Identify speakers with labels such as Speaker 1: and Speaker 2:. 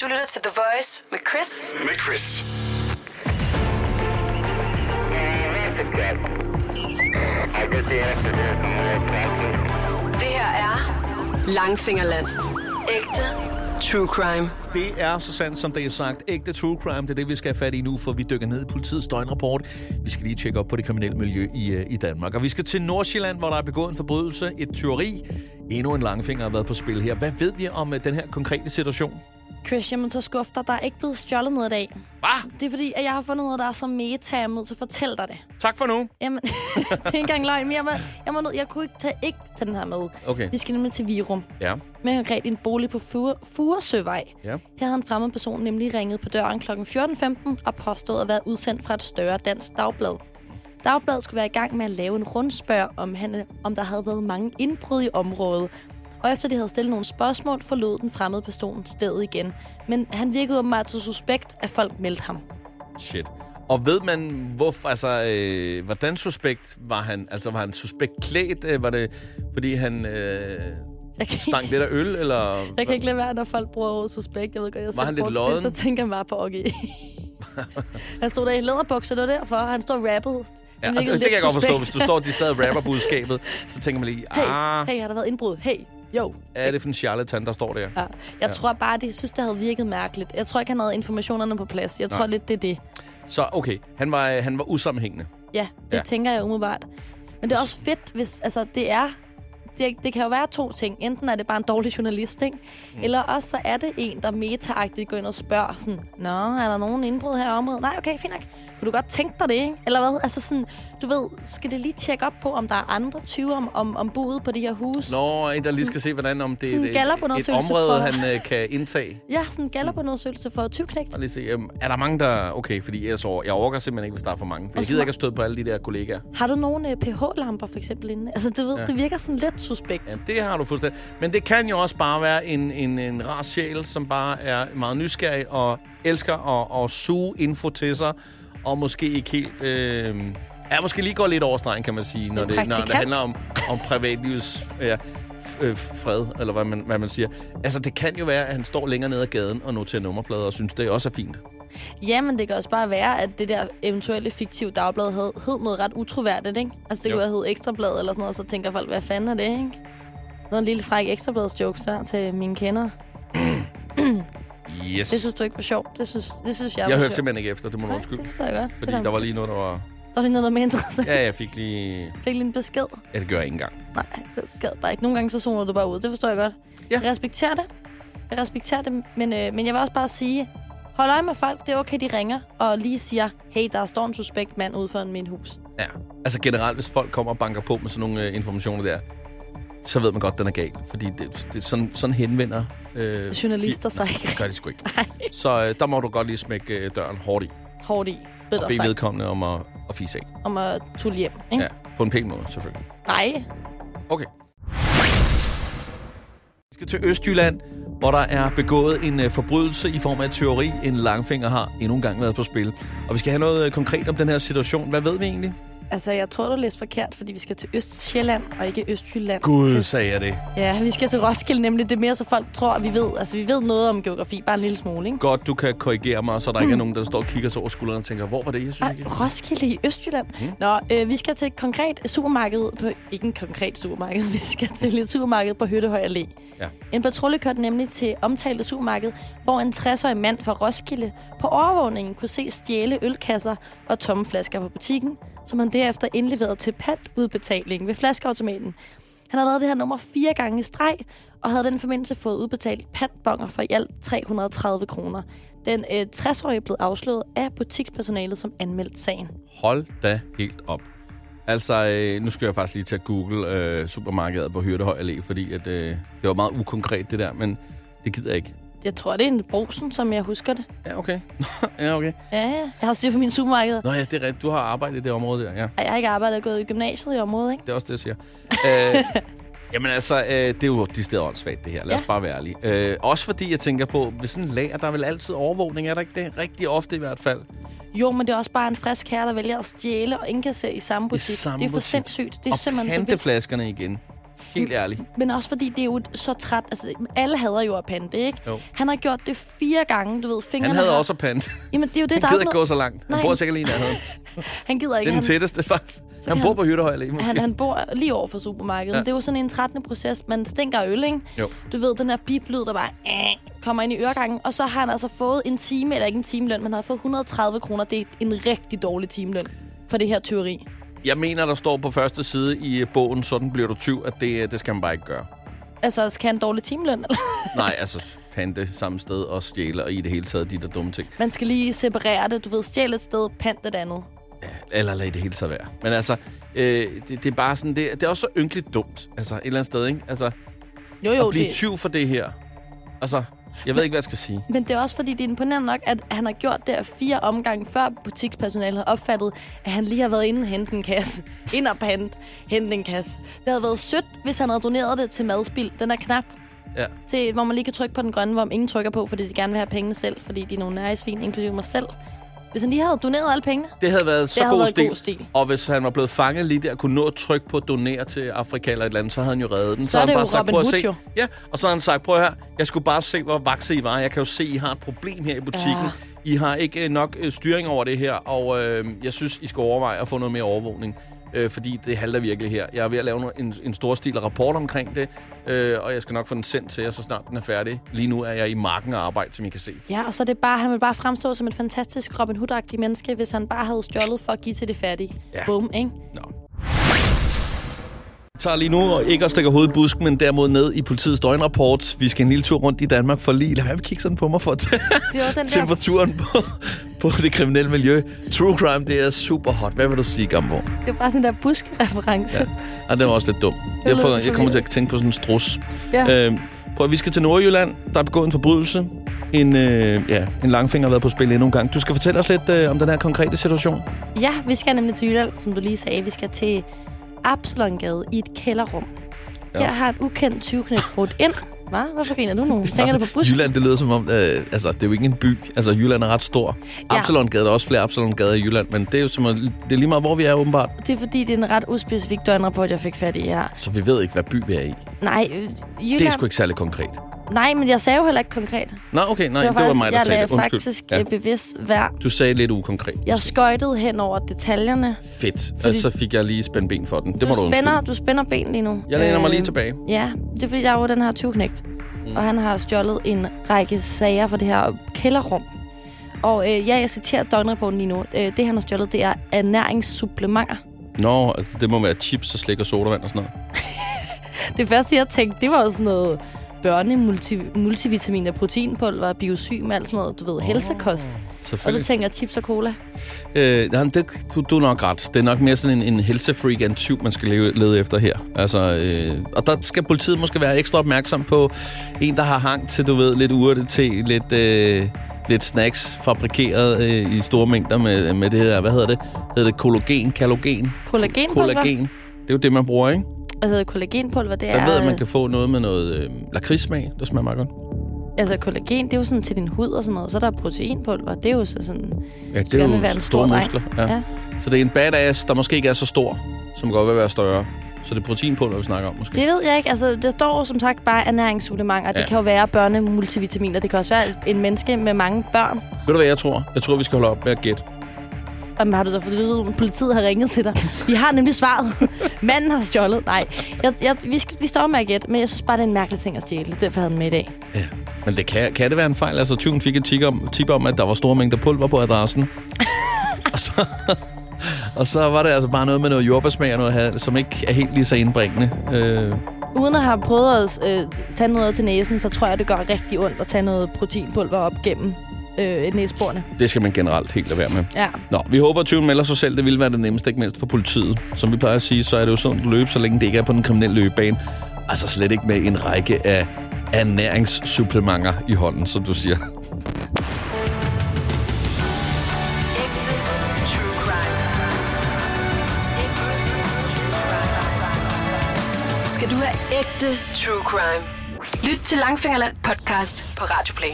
Speaker 1: Du lytter til The Voice med Chris.
Speaker 2: Med Chris.
Speaker 1: Det her er Langfingerland. Ægte true crime.
Speaker 3: Det er så sandt, som det er sagt. Ægte true crime, det er det, vi skal have fat i nu, for vi dykker ned i politiets døgnrapport. Vi skal lige tjekke op på det kriminelle miljø i, øh, i Danmark. Og vi skal til Nordsjælland, hvor der er begået en forbrydelse, et tyveri. Endnu en langfinger har været på spil her. Hvad ved vi om øh, den her konkrete situation?
Speaker 4: Chris, jamen så skufter, der er ikke blevet stjålet noget i dag.
Speaker 3: Hvad?
Speaker 4: Det er fordi, at jeg har fundet noget, der er så meta, jeg er nødt til at fortælle dig det.
Speaker 3: Tak for nu.
Speaker 4: Jamen, det er ikke engang løgn, men jeg, var, jeg, var nødt, jeg kunne ikke tage, ikke tage den her med.
Speaker 3: Okay.
Speaker 4: Vi skal nemlig til Virum.
Speaker 3: Ja.
Speaker 4: Med konkret i en bolig på Fure, Furesøvej.
Speaker 3: Ja.
Speaker 4: Her havde en fremmed person nemlig ringet på døren kl. 14.15 og påstået at være udsendt fra et større dansk dagblad. Dagbladet skulle være i gang med at lave en rundspørg, om, han, om der havde været mange indbrud i området. Og efter de havde stillet nogle spørgsmål, forlod den fremmede person stedet igen. Men han virkede åbenbart så suspekt, at folk meldte ham.
Speaker 3: Shit. Og ved man, hvorfor, altså, øh, hvordan suspekt var han? Altså, var han suspekt klædt? Øh, var det, fordi han øh,
Speaker 4: Jeg kan,
Speaker 3: stank lidt af øl, eller...
Speaker 4: jeg kan ikke lade være, når folk bruger ordet suspekt. Jeg ved godt, jeg selv
Speaker 3: han lidt
Speaker 4: brugte
Speaker 3: lodden?
Speaker 4: det, så tænker jeg bare på Oggy. han stod der i læderbukser, det var derfor. Han stod rappet.
Speaker 3: Ja,
Speaker 4: Han
Speaker 3: og det,
Speaker 4: virkede
Speaker 3: det kan jeg
Speaker 4: lidt
Speaker 3: godt forstå. Hvis
Speaker 4: suspekt.
Speaker 3: du står, de stadig rapper budskabet, så tænker man lige,
Speaker 4: Hey,
Speaker 3: ah,
Speaker 4: hey, har der været indbrud? Hey, jo.
Speaker 3: er det for en charlatan, der står der?
Speaker 4: Ja. Jeg tror bare, de synes, det havde virket mærkeligt. Jeg tror ikke, han havde informationerne på plads. Jeg tror
Speaker 3: Nej.
Speaker 4: lidt, det er det.
Speaker 3: Så okay, han var, øh, han var usammenhængende.
Speaker 4: Ja, det
Speaker 3: Ja.
Speaker 4: ja. tænker jeg umiddelbart. Men det er også fedt, hvis... Altså, det er... Det, det kan jo være to ting. Enten er det bare en dårlig journalist, ikke? Mm. Eller også så er det en, der metaagtigt går ind og spørger sådan, Nå, er der nogen indbrud her i området? Nej, okay, fint nok. Kunne du godt tænke dig det, ikke? Eller hvad? Altså sådan, du ved, skal det lige tjekke op på, om der er andre tyve om, om, om budet på de her huse?
Speaker 3: Nå, en, der lige skal se, hvordan om det
Speaker 4: Sådan
Speaker 3: er
Speaker 4: en
Speaker 3: et, et
Speaker 4: gallupundersøgelse
Speaker 3: område,
Speaker 4: for-
Speaker 3: han øh, kan indtage.
Speaker 4: Ja, sådan en gallupundersøgelse for tyvknægt.
Speaker 3: Og lige se, øhm, er der mange, der... Okay, fordi ellers over, jeg overgår simpelthen ikke, hvis der er for mange. For jeg
Speaker 4: Også
Speaker 3: gider
Speaker 4: ma-
Speaker 3: ikke at støde på alle de der kollegaer.
Speaker 4: Har du nogle øh, pH-lamper for eksempel inde? Altså, du ved,
Speaker 3: Ja.
Speaker 4: ja. det virker sådan lidt suspekt.
Speaker 3: Ja,
Speaker 4: Ja.
Speaker 3: det har du fuldstændig. Men det kan jo også bare være en, en, en rar sjæl, som bare er meget nysgerrig og elsker at, at suge info til sig, og måske ikke helt... Øh, ja, måske lige går lidt over stregen, kan man sige, når
Speaker 4: En
Speaker 3: det, når det
Speaker 4: praktikant.
Speaker 3: handler om, om privatlivets ja, f- øh, fred, eller hvad man, hvad man siger. Altså, det kan jo være, at han står længere nede ad gaden og noterer nummerplader og synes, det også er fint.
Speaker 4: men det kan også bare være, at det der eventuelle fiktive dagblad hed, hed noget ret utroværdigt, ikke? Altså, det
Speaker 3: Jo.
Speaker 4: jo. kunne have heddet Ekstrablad eller sådan noget, og så tænker folk, hvad fanden er det, ikke? Det var en lille fræk Ekstrablads-joke så til mine kender.
Speaker 3: Yes.
Speaker 4: Det synes du ikke var sjovt. Det synes, det synes jeg
Speaker 3: jeg
Speaker 4: var
Speaker 3: hørte
Speaker 4: sjovt.
Speaker 3: simpelthen ikke efter, det må du
Speaker 4: Nej,
Speaker 3: undskylde.
Speaker 4: det forstår jeg godt.
Speaker 3: Fordi
Speaker 4: det er
Speaker 3: der var
Speaker 4: da-
Speaker 3: lige noget, der var...
Speaker 4: Der var lige noget, der var mere interessant.
Speaker 3: Ja, jeg fik lige...
Speaker 4: Fik lige en besked.
Speaker 3: Ja, det gør jeg ikke engang.
Speaker 4: Nej, det gad bare ikke. Nogle gange så zoner du bare ud. Det forstår jeg godt.
Speaker 3: Ja.
Speaker 4: Ja. Jeg respekterer det. Jeg respekterer det, men, øh, men jeg vil også bare sige, hold øje med folk. Det er okay, de ringer og lige siger, hey, der står en suspekt mand ude foran min hus.
Speaker 3: Ja. Altså generelt, hvis folk kommer og banker på med sådan nogle øh, informationer der, så ved man godt, den er gal. Fordi det, det, sådan, sådan henvender... Øh,
Speaker 4: Journalister sig
Speaker 3: Nej,
Speaker 4: ikke.
Speaker 3: Det gør de sgu ikke. så øh, der må du godt lige smække øh, døren hårdt i.
Speaker 4: Hårdt i. Ved
Speaker 3: Og
Speaker 4: der
Speaker 3: bede
Speaker 4: sagt,
Speaker 3: vedkommende om at, at fise af.
Speaker 4: om at tulle hjem. Ikke?
Speaker 3: Ja,
Speaker 4: Ja.
Speaker 3: på en pæn måde, selvfølgelig.
Speaker 4: Nej,
Speaker 3: Okay. Vi skal til Østjylland, hvor der er begået en øh, forbrydelse i form af teori. En langfinger har endnu en gang været på spil. Og vi skal have noget øh, konkret om den her situation. Hvad ved vi egentlig?
Speaker 4: altså jeg tror, du læste forkert, fordi vi skal til Østsjælland og ikke Østjylland.
Speaker 3: Gud,
Speaker 4: Yes.
Speaker 3: sagde jeg det.
Speaker 4: Ja, vi skal til Roskilde nemlig. Det er mere, så folk tror, at vi ved, altså, vi ved noget om geografi. Bare en lille smule, ikke?
Speaker 3: godt, du kan korrigere mig, så der ikke er nogen, der står og kigger sig over skulderen og tænker, hvor var det, jeg synes ikke?
Speaker 4: Ej, Roskilde i Østjylland. Mm. Nå, øh, vi skal til et konkret supermarked på... Ikke en konkret supermarked. Vi skal til et supermarked på Hyttehøj Allé.
Speaker 3: Ja.
Speaker 4: En patrulje kørte nemlig til omtalte supermarked, hvor en 60-årig mand fra Roskilde på overvågningen kunne se stjæle ølkasser og tomme flasker på butikken, som han derefter indleverede til pantudbetaling ved flaskeautomaten. Han havde lavet det her nummer fire gange i streg, og havde i den forbindelse fået udbetalt pantbonger for i alt 330 kroner. Den øh, 60-årige blev afsløret af butikspersonalet, som anmeldte sagen.
Speaker 3: Hold da helt op. Altså, øh, nu skal jeg faktisk lige til at google øh, supermarkedet på Hyrtehøj Allé, fordi at, øh, det var meget ukonkret det der, men det gider jeg ikke.
Speaker 4: Jeg tror, det er en brosen, som jeg husker det.
Speaker 3: Ja, okay. ja, okay.
Speaker 4: Ja, ja. jeg har styr på mine supermarkeder.
Speaker 3: Nå ja, det er rigtigt. Du har arbejdet i det område der, ja.
Speaker 4: Ej, Jeg har ikke arbejdet og gået i gymnasiet i området, ikke?
Speaker 3: Det er også det, jeg siger. øh, jamen altså, øh, det er jo de steder åndssvagt, det her. Lad os
Speaker 4: Ja.
Speaker 3: bare være ærlige. Øh, også fordi jeg tænker på, ved sådan en lager, der er vel altid overvågning, er der ikke det? Rigtig ofte i hvert fald.
Speaker 4: Jo, men det er også bare en frisk herre, der vælger at stjæle og indkassere i samme butik.
Speaker 3: samme
Speaker 4: det er for
Speaker 3: butik.
Speaker 4: sindssygt. Det er
Speaker 3: og
Speaker 4: simpelthen for vildt.
Speaker 3: panteflaskerne igen. Helt ærligt.
Speaker 4: Men også fordi det er jo et- så træt. Altså, alle hader jo at pande det, ikke?
Speaker 3: Jo.
Speaker 4: Han har gjort det fire gange, du ved. Fingrene
Speaker 3: Han havde
Speaker 4: har...
Speaker 3: også pant.
Speaker 4: Jamen, det er jo det,
Speaker 3: Han
Speaker 4: der
Speaker 3: gider
Speaker 4: er
Speaker 3: ikke
Speaker 4: noget-
Speaker 3: gå så langt. Han
Speaker 4: Nej.
Speaker 3: bor sikkert lige i nærheden.
Speaker 4: Han gider
Speaker 3: Det
Speaker 4: ikke.
Speaker 3: er den tætteste, faktisk. Han
Speaker 4: kan
Speaker 3: bor
Speaker 4: han-
Speaker 3: på Hytterhøj Allé, måske.
Speaker 4: han, han bor lige over for supermarkedet.
Speaker 3: Ja.
Speaker 4: Ja. Det er jo sådan en 13. proces. Man stinker af øl, ikke?
Speaker 3: Jo.
Speaker 4: Du ved, den her biplyd, der bare øh, kommer ind i øregangen. Og så har han altså fået en time, eller ikke en timeløn, men han har fået 130 kroner. Det er en rigtig dårlig timeløn for det her tyveri.
Speaker 3: Jeg mener, der står på første side i øh, bogen, sådan bliver du tyv, at det, øh, det skal man bare ikke gøre.
Speaker 4: Altså, skal han en dårlig timeløn? eller?
Speaker 3: Nej, altså pante samme sted og stjæle og i det hele taget de der dumme ting.
Speaker 4: man skal lige separere det. Du ved, stjæl et sted, pant et andet.
Speaker 3: Eller lad i det hele taget være. Men altså, øh, det, det, er bare sådan, det, det er også så ynkeligt dumt. Altså, et eller andet sted, ikke? Altså,
Speaker 4: Jo, jo,
Speaker 3: at blive
Speaker 4: det...
Speaker 3: tyv for det her. Altså, jeg ved ikke, hvad jeg skal sige.
Speaker 4: Men det er også fordi, det er imponerende nok, at han har gjort det af fire omgange, før butikspersonalet har opfattet, at han lige har været inde og hente en kasse. Ind og pant, hente en kasse. Det havde været sødt, hvis han havde doneret det til madspild. Den er knap,
Speaker 3: Ja.
Speaker 4: til, hvor man lige kan trykke på den grønne, hvor ingen trykker på, fordi de gerne vil have pengene selv, fordi de er nogle næringsvin, inklusive mig selv. Hvis han lige havde doneret alle pengene,
Speaker 3: Det havde været så
Speaker 4: havde
Speaker 3: god,
Speaker 4: været
Speaker 3: stil.
Speaker 4: god stil.
Speaker 3: Og hvis han var blevet fanget lige der og kunne nå at trykke på at donere til Afrika eller et eller andet, så havde han jo reddet den.
Speaker 4: Så er det
Speaker 3: havde han
Speaker 4: jo Robin
Speaker 3: prøv at
Speaker 4: Hood
Speaker 3: se.
Speaker 4: jo.
Speaker 3: Ja, og så har han sagt, prøv her, jeg skulle bare se, hvor vakse I var. Jeg kan jo se, I har et problem her i butikken. I har ikke øh, nok øh, styring over det her, og øh, jeg synes, I skal overveje at få noget mere overvågning. Øh, fordi det halter virkelig her. Jeg er ved at lave no- en, en storstilet rapport omkring det, øh, og jeg skal nok få den sendt til jer, så snart den er færdig. Lige nu er jeg i marken og arbejde, som I kan se.
Speaker 4: ja, og så er det bare, han vil bare fremstå som et fantastisk Robin Hood-agtig menneske, hvis han bare havde stjålet for at give til de fattige.
Speaker 3: Ja.
Speaker 4: Bum, ikke?
Speaker 3: Nå. Jeg tager lige nu og ikke og stikker hovedet i busken, men derimod ned i politiets døgnrapport. Vi skal en lille tur rundt i Danmark for lige... Lad være med at kigge sådan på mig for at tage
Speaker 4: Det var den der
Speaker 3: temperaturen på, på det kriminelle miljø. True crime, det er super hot. Hvad vil du sige, Gambo?
Speaker 4: Det var bare den der buskereference.
Speaker 3: Ja. Og den var også lidt dum. Jeg, får, jeg kommer til at tænke på sådan en strus.
Speaker 4: Ja.
Speaker 3: Øh, prøv, at- vi skal til Nordjylland. Der er begået en forbrydelse. En, øh, ja, en langfinger har været på spil endnu en gang. Du skal fortælle os lidt øh, om den her konkrete situation.
Speaker 4: ja, vi skal nemlig til Jylland, som du lige sagde. Vi skal til Absalongade i et kælderrum.
Speaker 3: Ja.
Speaker 4: Ja. Her har en ukendt 20 brudt ind. Hva? Hvorfor griner du nu? Tænker du på busken?
Speaker 3: Jylland, det lyder som om, øh, altså, det er jo ikke en by. Altså, Jylland er ret stor. Ja.
Speaker 4: Ja.
Speaker 3: Absalongade, der er også flere Absalongade i Jylland, men det er jo som, at- det er lige meget, hvor vi er åbenbart,
Speaker 4: Det er fordi, det er en ret uspecifik døgnrapport, jeg fik fat i her.
Speaker 3: så vi ved ikke, hvad by vi er i.
Speaker 4: Nej, øh, Jylland...
Speaker 3: Det er sgu ikke særlig konkret.
Speaker 4: Nej, men jeg sagde jo heller ikke konkret. Det
Speaker 3: Nå, okay, nej, det var, det var mig, der
Speaker 4: jeg
Speaker 3: sagde
Speaker 4: lagde
Speaker 3: det. Undskyld.
Speaker 4: faktisk øh,
Speaker 3: ja.
Speaker 4: ja. bevidst værd.
Speaker 3: Du sagde lidt ukonkret.
Speaker 4: Jeg skøjtede hen over detaljerne.
Speaker 3: Fedt. Fordi... Og så fik jeg lige spændt ben for den. Det må du
Speaker 4: spænder,
Speaker 3: undskylde.
Speaker 4: du spænder ben lige nu.
Speaker 3: Jeg læner mig lige
Speaker 4: Øh,
Speaker 3: tilbage.
Speaker 4: Ja, det er fordi, der er jo den her tyvknægt. Mm. Og han har stjålet en række sager for det her kælderrum. Og øh, ja, jeg citerer døgnrapporten lige nu. Øh, det, han har stjålet, det er ernæringssupplementer.
Speaker 3: Nå, altså, det må være chips og slik og sodavand og sådan noget.
Speaker 4: Det første, jeg tænkte, det var jo sådan noget børnemultivitamin multivitamin og proteinpulver, biosym og alt sådan noget, du ved, helsekost. Og du
Speaker 3: Selvfølgelig.
Speaker 4: tænker jeg chips og cola.
Speaker 3: Øh, nej, det, du, du er nok ret. Det er nok mere sådan en, en helsefreak af en tyv, man skal leve, lede efter her. Altså, øh, og der skal politiet måske være ekstra opmærksom på en, der har hang til, du ved, lidt urte te, lidt, øh, lidt snacks fabrikeret øh, i store mængder med, med det her, hvad hedder det? Hedder det kollagen, kalogen,
Speaker 4: Kollagenpulver.
Speaker 3: kollagen? Det er jo det, man bruger, ikke?
Speaker 4: Altså kollagenpulver, det
Speaker 3: Der
Speaker 4: er...
Speaker 3: ved at man kan få noget med noget øh, lakridssmag. Det smager meget godt.
Speaker 4: Altså kollagen, det er jo sådan til din hud og sådan noget. Så er der proteinpulver, det er jo så sådan...
Speaker 3: Ja, det
Speaker 4: du
Speaker 3: er
Speaker 4: gerne vil
Speaker 3: jo
Speaker 4: være
Speaker 3: store
Speaker 4: en stor dreng.
Speaker 3: muskler. Ja.
Speaker 4: Ja.
Speaker 3: Så det er en badass, der måske ikke er så stor, som godt vil være større. Så det er proteinpulver, vi snakker om, måske.
Speaker 4: Det ved jeg ikke. Altså, der står jo som sagt bare ernæringssupplementer. Ja.
Speaker 3: Ja.
Speaker 4: Det kan jo være børnemultivitaminer. Det kan også være en menneske med mange børn.
Speaker 3: Ved du, hvad jeg tror? Jeg tror, vi skal holde op med at gætte.
Speaker 4: Jamen, har du da fået lyttet, om politiet har ringet til dig? Vi har nemlig svaret. Manden har stjålet. Nej, jeg, jeg, vi, skal, vi står med at gætte, men jeg synes bare, det er en mærkelig ting at stjæle. Derfor havde den med i dag.
Speaker 3: Ja. Men det kan, kan det være en fejl? Altså, tyven fik et tip om, tip om, at der var store mængder pulver på adressen. og, så, og så var det altså bare noget med noget jordbærsmag og noget, had, som ikke er helt lige så indbringende. Øh,
Speaker 4: Uden at have prøvet at øh, tage noget op til næsen, så tror jeg, det gør rigtig ondt at tage noget proteinpulver op gennem øh, næsborene.
Speaker 3: det skal man generelt helt lade være med.
Speaker 4: Ja.
Speaker 3: Nå, vi håber, at tyven melder sig selv. Det ville være det nemmeste, ikke mindst for politiet. Som vi plejer at sige, så er det jo sundt at løbe, så længe det ikke er på den kriminelle løbebane. Altså slet ikke med en række af ernæringssupplementer i hånden, som du siger.
Speaker 1: Ægte true crime. Ægte true crime. Skal du have ægte true crime? Lyt til Langfingerland podcast på Radio Play.